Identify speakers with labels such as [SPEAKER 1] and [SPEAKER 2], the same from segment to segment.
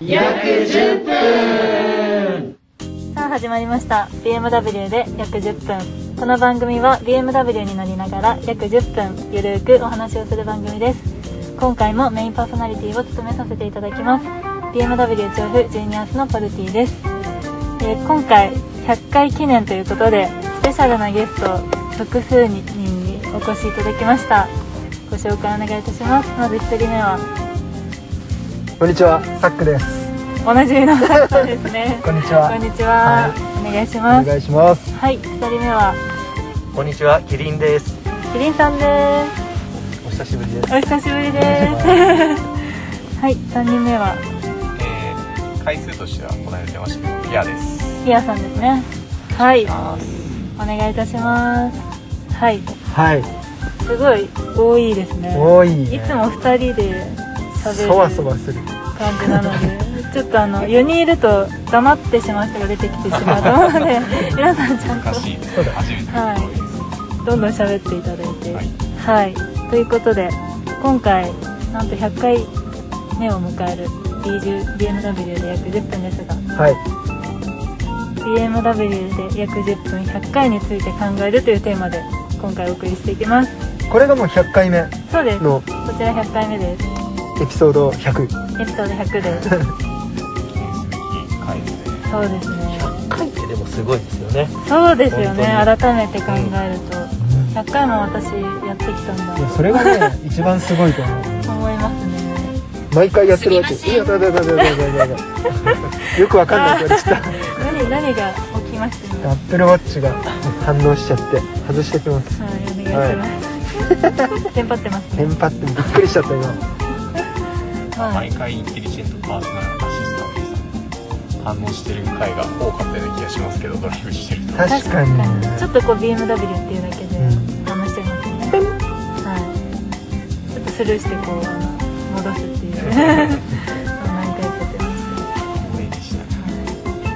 [SPEAKER 1] 約10分
[SPEAKER 2] さあ始まりました BMW で約10分この番組は BMW に乗りながら約10分ゆるーくお話をする番組です今回もメインパーソナリティを務めさせていただきます BMW 調布ジュニアスのポルティです、えー今回100回記念ということでスペシャルなゲスト複数人にお越しいただきましたご紹介お願いいたしますまず1人目は
[SPEAKER 3] こんにちは、サックです。
[SPEAKER 2] おなじみのサクさんですね
[SPEAKER 3] こんにちは
[SPEAKER 2] こんにちは、お願いしま
[SPEAKER 3] お
[SPEAKER 2] す
[SPEAKER 3] 願いします。
[SPEAKER 2] はい、二人目は
[SPEAKER 1] こんにちはキリンです
[SPEAKER 2] キリンさんです。
[SPEAKER 3] お久しぶりです。
[SPEAKER 2] お久しぶりです。 はい、三人目は
[SPEAKER 4] えー回数としてはこの間出ましたけどピアです
[SPEAKER 2] ピアさんですね。はい、お
[SPEAKER 4] あー
[SPEAKER 2] 願いいたします。はい、
[SPEAKER 3] はい、
[SPEAKER 2] すごい多いですね。
[SPEAKER 3] 多いね
[SPEAKER 2] いつも二人で
[SPEAKER 3] そわそ
[SPEAKER 2] 喋
[SPEAKER 3] わ
[SPEAKER 2] る
[SPEAKER 3] する。
[SPEAKER 2] 感じなので、ちょっとあの4人いると黙ってしまう人が出てきてしまうと思うの で、皆さんちゃんと
[SPEAKER 4] 難しいですね初めてのところです、
[SPEAKER 2] どんどん喋っていただいて。
[SPEAKER 4] はい
[SPEAKER 2] はい、ということで今回なんと100回目を迎える B10 BMW で約10分ですが
[SPEAKER 3] はい、
[SPEAKER 2] BMW で約10分100回について考えるというテーマで今回お送りしていきます
[SPEAKER 3] これがもう100回目
[SPEAKER 2] そうですこ
[SPEAKER 3] の
[SPEAKER 2] ちら100回目です
[SPEAKER 3] エピソード100。
[SPEAKER 2] エピソード100です
[SPEAKER 4] 記念 すべき回ですね
[SPEAKER 2] そうですね
[SPEAKER 1] 回ってでもすごいですよね
[SPEAKER 2] そうですよね
[SPEAKER 1] 本当
[SPEAKER 2] 改めて考えると100回も私やってきたんだ
[SPEAKER 3] いや、それが ね、一番すごいと思う。
[SPEAKER 2] と思いますね
[SPEAKER 3] 毎回やってるわけ。いや、だだだだだだだだ。よくわかんないけど、ちょっと。
[SPEAKER 2] 何何が起きましたね
[SPEAKER 3] アップルワッチが反応しちゃって、外してきます。
[SPEAKER 2] はいお願いします、テンパってます
[SPEAKER 3] テ
[SPEAKER 2] ね
[SPEAKER 3] ンパってびっくりしちゃった今。
[SPEAKER 2] は
[SPEAKER 4] 毎回インテリジェントパートナーのアシスタントです反応してる回が多かったような気がしますけどドライブしてると
[SPEAKER 3] 確かに。
[SPEAKER 2] ちょっとこう BMW っていうだけで
[SPEAKER 3] う
[SPEAKER 2] 話してますね、はいちょっとスルーしてこうあの戻すっていう何回かやってまし
[SPEAKER 4] 応援でしたね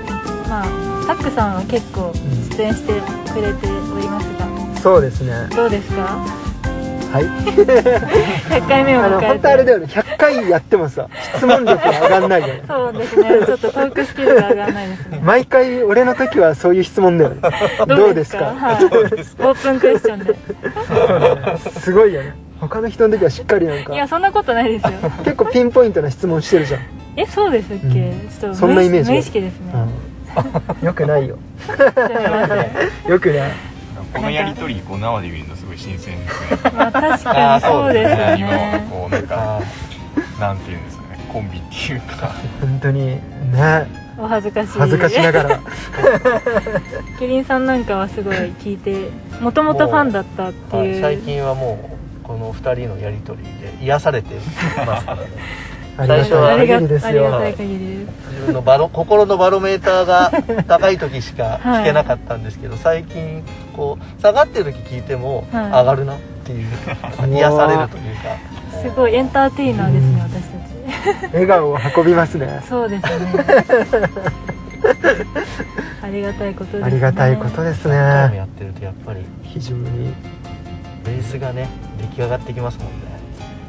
[SPEAKER 2] たはいまあサックさんは結構出演してくれておりますが
[SPEAKER 3] そうですね。
[SPEAKER 2] どうです か
[SPEAKER 3] はい。
[SPEAKER 2] 100回目を
[SPEAKER 3] あ
[SPEAKER 2] 迎え
[SPEAKER 3] の、
[SPEAKER 2] て
[SPEAKER 3] 本当あれだよね。100回やってもさ、質問力が上がんないよね。
[SPEAKER 2] そうですねちょっとトークスキルが上がらないですね
[SPEAKER 3] 毎回俺の時はそういう質問だよねどうですか
[SPEAKER 2] はい、オープンクエスチョンで
[SPEAKER 3] すごいよね他の人の時はしっかりなん
[SPEAKER 2] いや
[SPEAKER 3] か
[SPEAKER 2] そんなことないで すよ
[SPEAKER 3] 結構ピンポイントな質問してるじゃん、
[SPEAKER 2] えそうですっけ、
[SPEAKER 3] うん
[SPEAKER 2] ちょっと無意識
[SPEAKER 3] そんなイメージ
[SPEAKER 2] 無意識ですね、
[SPEAKER 3] うん、よくないよ
[SPEAKER 2] すいません
[SPEAKER 3] よくない
[SPEAKER 4] このやりとりこう生で見るのすごい新鮮ですね
[SPEAKER 2] まあ確かにそうですよね
[SPEAKER 4] 今こうなんかなんていうんですかねコンビっていうか
[SPEAKER 3] 本当にね
[SPEAKER 2] お恥ずかしい
[SPEAKER 3] 恥ずかしながら
[SPEAKER 2] キリンさんなんかはすごい聞いてもともとファンだったって
[SPEAKER 1] はい
[SPEAKER 2] いう
[SPEAKER 1] 最近はもうこの二人のやりとりで癒されて ますからね
[SPEAKER 3] ありが
[SPEAKER 2] あ
[SPEAKER 3] た
[SPEAKER 2] り
[SPEAKER 3] い
[SPEAKER 2] が
[SPEAKER 3] 限りです
[SPEAKER 2] ありが
[SPEAKER 3] よ
[SPEAKER 2] たい限りです
[SPEAKER 1] 自分のバロ心のバロメーターが高い時しか聞けなかったんですけど、最近こう下がってる時聞いても
[SPEAKER 2] はい
[SPEAKER 1] 上がるなっていう、
[SPEAKER 3] ん
[SPEAKER 1] 癒されるというか
[SPEAKER 2] すごいエンターテイナーですね私た
[SPEAKER 3] 笑顔を運びますね
[SPEAKER 2] ちそうですね ありがたいことですね
[SPEAKER 3] ありがたいことです
[SPEAKER 1] 何回も
[SPEAKER 3] ね
[SPEAKER 1] やってるとやっぱり
[SPEAKER 3] 非常に
[SPEAKER 1] ベースがね出来上がってきますもんね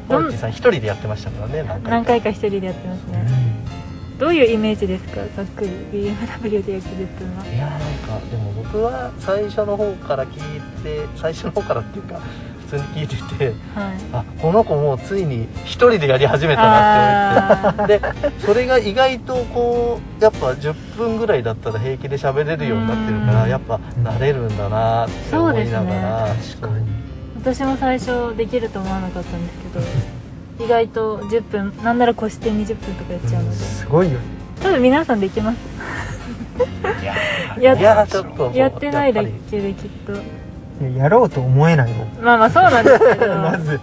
[SPEAKER 2] ど
[SPEAKER 1] ポ
[SPEAKER 2] ん
[SPEAKER 1] ルチさん一人でやってましたからね何回か
[SPEAKER 2] 何回か一人でやってますねどういうイメージですかざっくり BMW で約10分はい
[SPEAKER 1] やなんかでも僕は最初の方から聞いて最初の方からっていうか普通に聞いてて
[SPEAKER 2] はい
[SPEAKER 1] あこの子もうついに一人でやり始めたなって思って。
[SPEAKER 2] あー
[SPEAKER 1] でそれが意外とこうやっぱ10分ぐらいだったら平気で喋れるようになってるから
[SPEAKER 2] うん
[SPEAKER 1] やっぱ慣れるんだなって思いながら、
[SPEAKER 3] 確かに
[SPEAKER 2] 私も最初できると思わなかったんですけど意外と10分なんなら越して20分とかやっちゃうのです
[SPEAKER 3] ごいよね
[SPEAKER 2] 多分皆さんできます
[SPEAKER 4] いや
[SPEAKER 2] や
[SPEAKER 1] いやちょっと
[SPEAKER 2] やってないだ
[SPEAKER 1] やっぱ
[SPEAKER 2] けできっと
[SPEAKER 3] いややろうと思えないもん
[SPEAKER 2] まあまあそうなんですけど
[SPEAKER 3] まず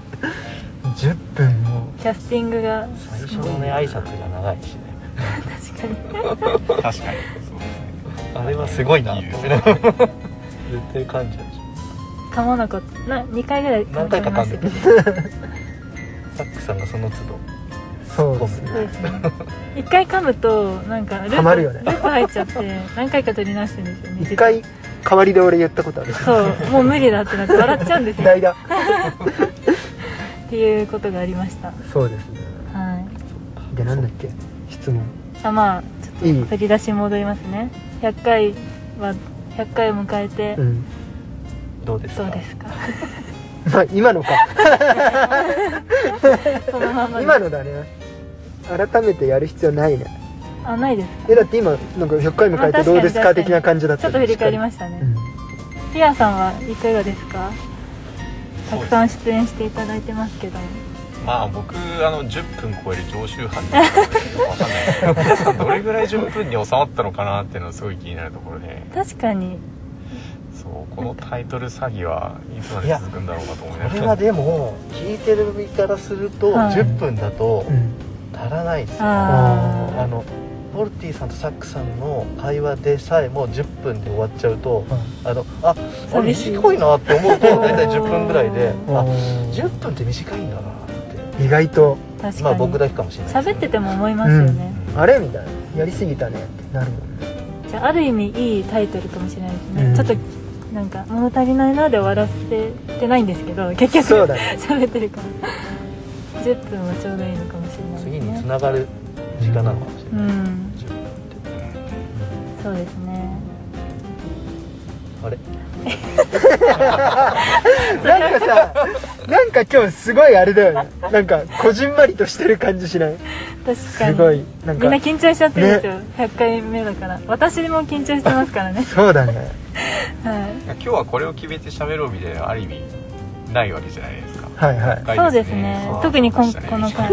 [SPEAKER 3] 10分も
[SPEAKER 2] キャスティングが
[SPEAKER 1] り最初のね挨拶が長いしね
[SPEAKER 2] 確かに
[SPEAKER 4] 確かにそうですね
[SPEAKER 1] あれはすごいなと思って
[SPEAKER 4] いいで
[SPEAKER 1] 絶対噛んじゃうし
[SPEAKER 2] 噛まなかったな2回ぐらい噛
[SPEAKER 1] 何
[SPEAKER 2] んじゃ
[SPEAKER 1] 回
[SPEAKER 2] い
[SPEAKER 1] か
[SPEAKER 2] ま
[SPEAKER 1] 噛ん
[SPEAKER 2] し
[SPEAKER 1] で
[SPEAKER 2] た
[SPEAKER 1] る
[SPEAKER 2] けど
[SPEAKER 1] サックさんがその都度
[SPEAKER 3] そうですね
[SPEAKER 2] そうですね1回噛むとなんかループ
[SPEAKER 3] はまるよね
[SPEAKER 2] ループ入っちゃって何回か取り直してるんですよね
[SPEAKER 3] 一回代わりで俺言ったことある
[SPEAKER 2] そうもう無理だって なって笑っちゃうんですよ
[SPEAKER 3] 代打
[SPEAKER 2] っていうことがありました
[SPEAKER 3] そうですね
[SPEAKER 2] はい
[SPEAKER 3] でなんだっけ質問
[SPEAKER 2] あまあち
[SPEAKER 3] い
[SPEAKER 2] ょっ
[SPEAKER 3] い
[SPEAKER 2] と振り出しに戻りますね100回は100回を迎えて
[SPEAKER 3] うん
[SPEAKER 1] どうですか
[SPEAKER 2] どうですか
[SPEAKER 3] まあ今のか
[SPEAKER 2] そのままで
[SPEAKER 3] 今のだね改めてやる必要ないね
[SPEAKER 2] あないです
[SPEAKER 3] えだって今なんか100回迎えてどうです
[SPEAKER 2] まあ確
[SPEAKER 3] か
[SPEAKER 2] かに
[SPEAKER 3] 的な感じだった
[SPEAKER 2] ちょっと振り返りま
[SPEAKER 3] し
[SPEAKER 2] したね、
[SPEAKER 3] うん
[SPEAKER 2] ピアさんはいかがですかたくさ
[SPEAKER 4] ん
[SPEAKER 2] ん出演していただいてますけども
[SPEAKER 4] まあ僕あの10分超える常習犯なのでよくわかんないですけど皆さんどれぐらい10分に収まったのかなっていうのはすごい気になるところで
[SPEAKER 2] 確かに
[SPEAKER 4] そうこのタイトル詐欺はいつまで続くんだろうかと思いな
[SPEAKER 1] こ
[SPEAKER 4] が
[SPEAKER 1] れ
[SPEAKER 4] ら
[SPEAKER 1] はでも聞いてる身からすると
[SPEAKER 2] はい
[SPEAKER 1] 10分だと
[SPEAKER 3] うん
[SPEAKER 1] 足らないです、
[SPEAKER 2] あー
[SPEAKER 1] あのボルティさんとサックさんの会話でさえもう10分で終わっちゃうとあのあこれ
[SPEAKER 2] 寂しい
[SPEAKER 1] 短いなって思うと大体10分ぐらいで
[SPEAKER 3] あ
[SPEAKER 1] あ10分って短いんだなって
[SPEAKER 3] 意外と
[SPEAKER 2] 確かに、
[SPEAKER 1] まあ僕だけかもしれないです
[SPEAKER 2] 喋ってても思いますよね、
[SPEAKER 3] あれみたいなやりすぎたねってなるもんね
[SPEAKER 2] じゃあある意味いいタイトルかもしれないですね、
[SPEAKER 3] うん
[SPEAKER 2] ちょっとなんか物足りないなで終わらせてないんですけど結
[SPEAKER 3] そ
[SPEAKER 2] 局
[SPEAKER 3] うだね
[SPEAKER 2] 喋ってるから10分はちょうどいいのかもしれないで
[SPEAKER 1] 次
[SPEAKER 2] す
[SPEAKER 1] につ
[SPEAKER 2] ね
[SPEAKER 1] ながる時間なのかもしれ
[SPEAKER 2] う
[SPEAKER 1] ない、
[SPEAKER 2] ん
[SPEAKER 1] 10分って
[SPEAKER 2] そうですね
[SPEAKER 1] あれ
[SPEAKER 3] なんかさなんか今日すごいあれだよねなんかこじんまりとしてる感じしない
[SPEAKER 2] 確か
[SPEAKER 3] す
[SPEAKER 2] に
[SPEAKER 3] ごいなん
[SPEAKER 2] みんな
[SPEAKER 3] か
[SPEAKER 2] 緊張しちゃってるんですよ、100回目だから私も緊張してますからね
[SPEAKER 3] そうだね
[SPEAKER 2] はい
[SPEAKER 4] 今日はこれを決めて喋ろうみたいなある意味ないわけじゃないですか
[SPEAKER 3] はいはい
[SPEAKER 2] そうですね特にこんこの回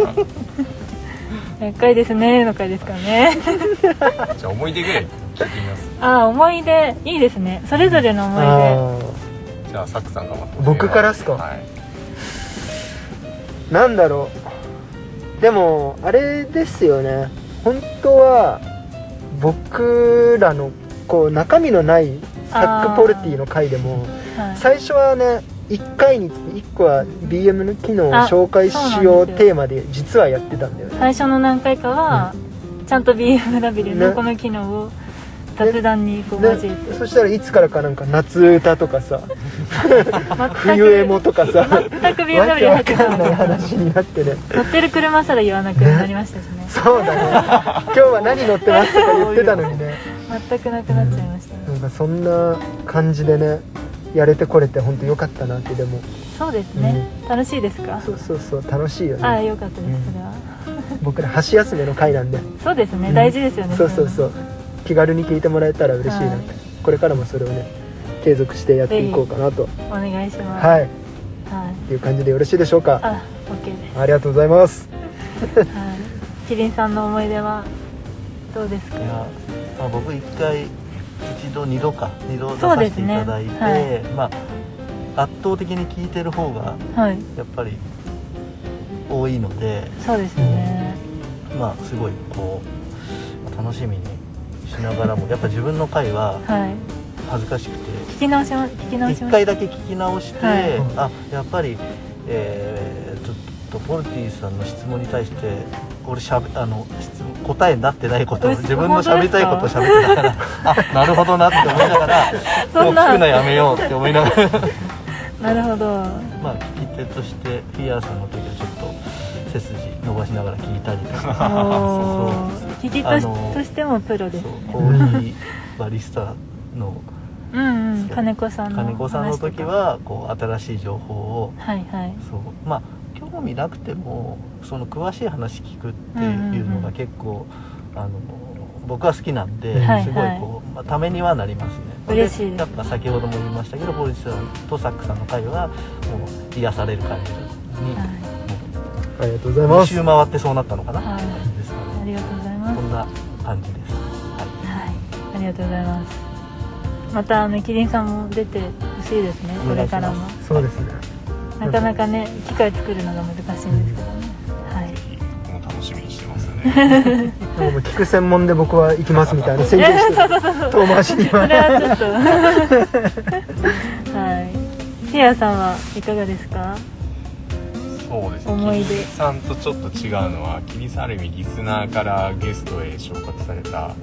[SPEAKER 4] 回ですね
[SPEAKER 2] 100回ですねの回ですからね
[SPEAKER 4] じゃあ思い出ぐらい聞いてみます
[SPEAKER 2] ああ思い出いいですねそれぞれの思い出
[SPEAKER 3] あ
[SPEAKER 4] じゃあサクさんがまとめ
[SPEAKER 3] 僕からっすか
[SPEAKER 4] はい
[SPEAKER 3] ーなんだろうでもあれですよね本当は僕らのこう中身のないサックポルティの回でも
[SPEAKER 2] はい
[SPEAKER 3] 最初はね1回につき1個は BM の機能を紹介しよ
[SPEAKER 2] あそう
[SPEAKER 3] う
[SPEAKER 2] なんですよ
[SPEAKER 3] テーマで実はやってたんだよね
[SPEAKER 2] 最初の何回かは、ちゃんと BMW の
[SPEAKER 3] ね
[SPEAKER 2] この機能を雑談にこう交えて、
[SPEAKER 3] でそしたらいつからかなんか夏歌とかさ
[SPEAKER 2] 全く
[SPEAKER 3] 冬エモとかさわ
[SPEAKER 2] 全く BMW
[SPEAKER 3] け
[SPEAKER 2] 入
[SPEAKER 3] わ
[SPEAKER 2] って
[SPEAKER 3] か
[SPEAKER 2] た
[SPEAKER 3] んない
[SPEAKER 2] の
[SPEAKER 3] 話になってね
[SPEAKER 2] 乗ってる車すら言わなくなりましたしね
[SPEAKER 3] そうだね今日は何乗ってますとか言ってたのにね
[SPEAKER 2] 全くなくなっちゃいましたね、
[SPEAKER 3] なんかそんな感じでねやれてこれて本当良かったなってでも
[SPEAKER 2] そうですね、楽しいですか
[SPEAKER 3] そうそうそう楽しいよ
[SPEAKER 2] ああ
[SPEAKER 3] ね
[SPEAKER 2] よかったですそれは、
[SPEAKER 3] 僕ら箸休めの回なんで
[SPEAKER 2] そうですね、
[SPEAKER 3] うん
[SPEAKER 2] 大事ですよね
[SPEAKER 3] そうそう
[SPEAKER 2] れ
[SPEAKER 3] そ
[SPEAKER 2] は
[SPEAKER 3] う気軽に聞いてもらえたら嬉しいな
[SPEAKER 2] はい
[SPEAKER 3] ってこれからもそれをね継続してやっていこうかなと
[SPEAKER 2] お願いします
[SPEAKER 3] はいっ
[SPEAKER 2] はい
[SPEAKER 3] ていう感じでよろしいでしょうか
[SPEAKER 2] あ OK で
[SPEAKER 3] ありがとうございます
[SPEAKER 2] す、はい、キリンさんの思い出はどうですか
[SPEAKER 1] いや、まあ、僕一回一度二度か二度出
[SPEAKER 2] そう
[SPEAKER 1] さ
[SPEAKER 2] で
[SPEAKER 1] せ
[SPEAKER 2] す
[SPEAKER 1] て
[SPEAKER 2] ね
[SPEAKER 1] いただいて、まあ圧倒的に聞いてる方が
[SPEAKER 2] はい
[SPEAKER 1] やっぱり多いので
[SPEAKER 2] そうですね、
[SPEAKER 1] まあすごいこう楽しみにしながらもやっぱ自分の回は
[SPEAKER 2] はい
[SPEAKER 1] 恥ずかしく
[SPEAKER 2] 聞き直しま聞き
[SPEAKER 1] て
[SPEAKER 2] 直し
[SPEAKER 1] 一
[SPEAKER 2] まし
[SPEAKER 1] 回だけ聞き直して、
[SPEAKER 2] はい
[SPEAKER 1] あやっぱりえーちょっとポルティさんの質問に対して俺しゃべあの質問答えになってないことを
[SPEAKER 2] え
[SPEAKER 1] 自分の喋りたいことを喋ってたから あなるほどなって思いながら
[SPEAKER 2] そんな
[SPEAKER 1] もう聞くのやめようって思いながら
[SPEAKER 2] たなるほど
[SPEAKER 1] まあ聞き手としてフィアーさんの時はちょっと背筋伸ばしながら聞いたりとか。
[SPEAKER 2] お
[SPEAKER 1] そう
[SPEAKER 2] ー聞きと
[SPEAKER 1] あ
[SPEAKER 2] し
[SPEAKER 1] の
[SPEAKER 2] としてもプロです
[SPEAKER 1] そう
[SPEAKER 2] ね
[SPEAKER 1] コーヒーバリスタの
[SPEAKER 2] うんうん金子さんの
[SPEAKER 1] 金子さんの
[SPEAKER 2] 話とか
[SPEAKER 1] 時はこう新しい情報を
[SPEAKER 2] はいはい
[SPEAKER 1] そうまあ興味なくてもその詳しい話聞くっていうのが結構、あの僕は好きなんで、
[SPEAKER 3] はいはい
[SPEAKER 1] すごいこう、まあ、ためにはなりますね
[SPEAKER 2] 嬉しいです
[SPEAKER 1] やっぱ先ほども言いましたけどボルチさんとサックさんの会はもう癒される会に
[SPEAKER 2] は
[SPEAKER 3] ありがとうござい
[SPEAKER 1] 2
[SPEAKER 3] ます
[SPEAKER 1] 周回ってそうなったのかな、
[SPEAKER 2] はい
[SPEAKER 1] ですか
[SPEAKER 2] いあ
[SPEAKER 1] ね
[SPEAKER 2] りがとうございます
[SPEAKER 1] こ
[SPEAKER 2] は
[SPEAKER 1] んな感じです、はい
[SPEAKER 2] ありがとうございますまたあのキリンさんも出てほしいですねこ
[SPEAKER 1] お願
[SPEAKER 2] れ
[SPEAKER 1] いします
[SPEAKER 2] からも
[SPEAKER 3] そうですね
[SPEAKER 2] なかなかね機械作るのが難しいんですけどねはい
[SPEAKER 4] ぜひ僕も楽しみにしてますね
[SPEAKER 3] なんかもう聞く専門で僕は行きますみたいな宣言して遠回しに
[SPEAKER 2] そ
[SPEAKER 3] は
[SPEAKER 2] れはちょっとはいティアさんはいかがですか
[SPEAKER 4] そうです
[SPEAKER 2] 思い出
[SPEAKER 4] キリさんとちょっと違うのはキリさんある意味リスナーからゲストへ昇格された
[SPEAKER 2] はい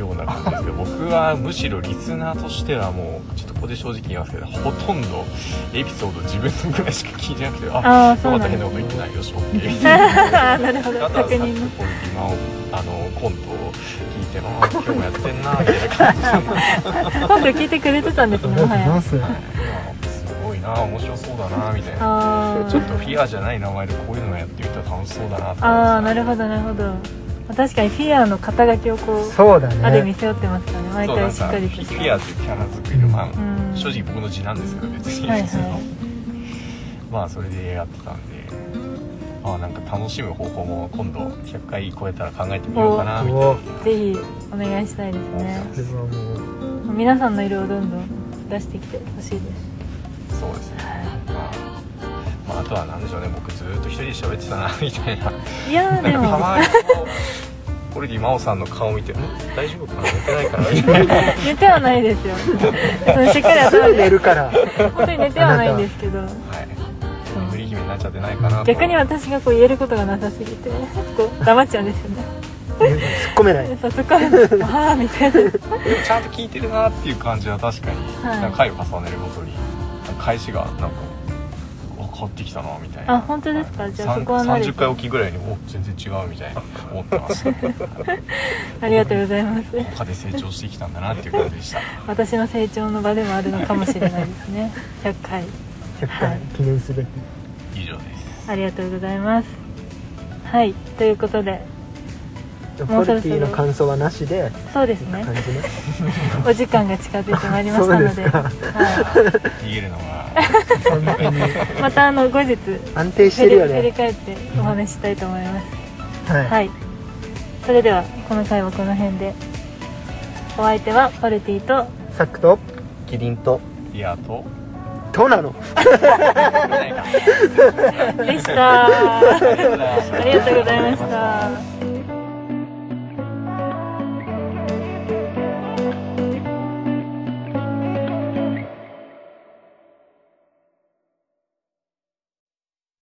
[SPEAKER 4] ような感 じですけど僕はむしろリスナーとしてはもうちょっとここで正直言いますけどほとんどエピソード自分のぐらいしか聞いてなくてあ
[SPEAKER 2] ああ
[SPEAKER 4] そ
[SPEAKER 2] そうう
[SPEAKER 4] だ
[SPEAKER 2] な
[SPEAKER 4] 変
[SPEAKER 2] ん
[SPEAKER 4] な
[SPEAKER 2] だ
[SPEAKER 4] こと言ってないよ、ショッキー。
[SPEAKER 2] あーなるほど
[SPEAKER 4] あと
[SPEAKER 2] 確
[SPEAKER 4] はさっき
[SPEAKER 2] 認の
[SPEAKER 4] これ今あのコントを聞いてあー今日もやってんなみたいな感じ
[SPEAKER 2] 今度聞いてくれてたんですね はい
[SPEAKER 3] すね
[SPEAKER 4] で今すごいな面白そうだなみたいな
[SPEAKER 2] あ
[SPEAKER 4] ちょっとフィアじゃない名前でこういうのやってみたら楽しそうだなと
[SPEAKER 2] あああな
[SPEAKER 4] る
[SPEAKER 2] るほどなるほど確かにフィアの肩書きをこう
[SPEAKER 3] そうだ
[SPEAKER 2] ある意味
[SPEAKER 3] ね
[SPEAKER 2] 背負ってますからね毎
[SPEAKER 4] そうなん
[SPEAKER 2] 回
[SPEAKER 4] か
[SPEAKER 2] し
[SPEAKER 4] フ
[SPEAKER 2] っかりと
[SPEAKER 4] ィアっていうキャラ作りのまあ
[SPEAKER 2] うん
[SPEAKER 4] 正直僕の字なんですけど別に
[SPEAKER 2] はい
[SPEAKER 4] 普通の、
[SPEAKER 2] は
[SPEAKER 4] まあそれでやってたんであーなんか楽しむ方法も今度100回超えたら考えてみようかなみたいな
[SPEAKER 3] お
[SPEAKER 2] いぜひお願いしたいですね
[SPEAKER 3] それはもう
[SPEAKER 2] 皆さんの色をどんどん出してきてほしいです
[SPEAKER 4] そうですね、はいまあ、あとは何でしょうね僕ずっと一人で喋ってたなみたいない
[SPEAKER 2] やーで
[SPEAKER 4] なんかた
[SPEAKER 2] も
[SPEAKER 4] まにこうこれで真央さんの顔見てん大丈夫かな寝てないかなみたいな
[SPEAKER 2] 寝てはないです よそのしっかり
[SPEAKER 3] す
[SPEAKER 2] 頭
[SPEAKER 3] ぐ
[SPEAKER 2] で
[SPEAKER 3] 寝 るから
[SPEAKER 2] 本当に寝てはないんですけど
[SPEAKER 4] はい眠り姫になっちゃってないかなと
[SPEAKER 2] 逆に私がこう言えることがなさすぎてこう黙っちゃうんですよね
[SPEAKER 3] 突っ込めない
[SPEAKER 2] でそこから「ああ」みたいな
[SPEAKER 4] でもちゃんと聞いてるなっていう感じは確かに、
[SPEAKER 2] はい
[SPEAKER 4] なんか回を重ねるごとに返しがなんかあ変わってきたなみたいな
[SPEAKER 2] あ本当ですか
[SPEAKER 4] い
[SPEAKER 2] じゃあ
[SPEAKER 4] さん
[SPEAKER 2] そこは慣れて
[SPEAKER 4] 30回おきぐらいにお全然違うみたいな思ってます
[SPEAKER 2] ありがとうございます
[SPEAKER 4] 他で成長してきたんだなっていう感じでした
[SPEAKER 2] 私の成長の場でもあるのかもしれないです ね100回
[SPEAKER 3] 100回 記念すべき
[SPEAKER 4] 以上です
[SPEAKER 2] ありがとうございますはいということで
[SPEAKER 3] じゃあ
[SPEAKER 2] も
[SPEAKER 3] ポ
[SPEAKER 2] うそろ
[SPEAKER 3] リ
[SPEAKER 2] そ
[SPEAKER 3] テ
[SPEAKER 2] ろ
[SPEAKER 3] ィの感想はなしで
[SPEAKER 2] そうですね
[SPEAKER 3] 感じね
[SPEAKER 2] お時間が近づいてまいりましたので
[SPEAKER 3] そうですか
[SPEAKER 2] は
[SPEAKER 4] 言えるのは
[SPEAKER 3] 本当に
[SPEAKER 2] い、またあの後日
[SPEAKER 3] 安定して
[SPEAKER 2] 振
[SPEAKER 3] る
[SPEAKER 2] り
[SPEAKER 3] よ
[SPEAKER 2] 振り
[SPEAKER 3] ね
[SPEAKER 2] 返ってお話ししたいと思います
[SPEAKER 3] は
[SPEAKER 2] はいいそれではこの回はこの辺でお相手はポルティと
[SPEAKER 3] サックと
[SPEAKER 1] キリンと
[SPEAKER 4] いやと
[SPEAKER 3] どうなの
[SPEAKER 4] ないか
[SPEAKER 2] でしたあ
[SPEAKER 4] あ り
[SPEAKER 2] りがとうございました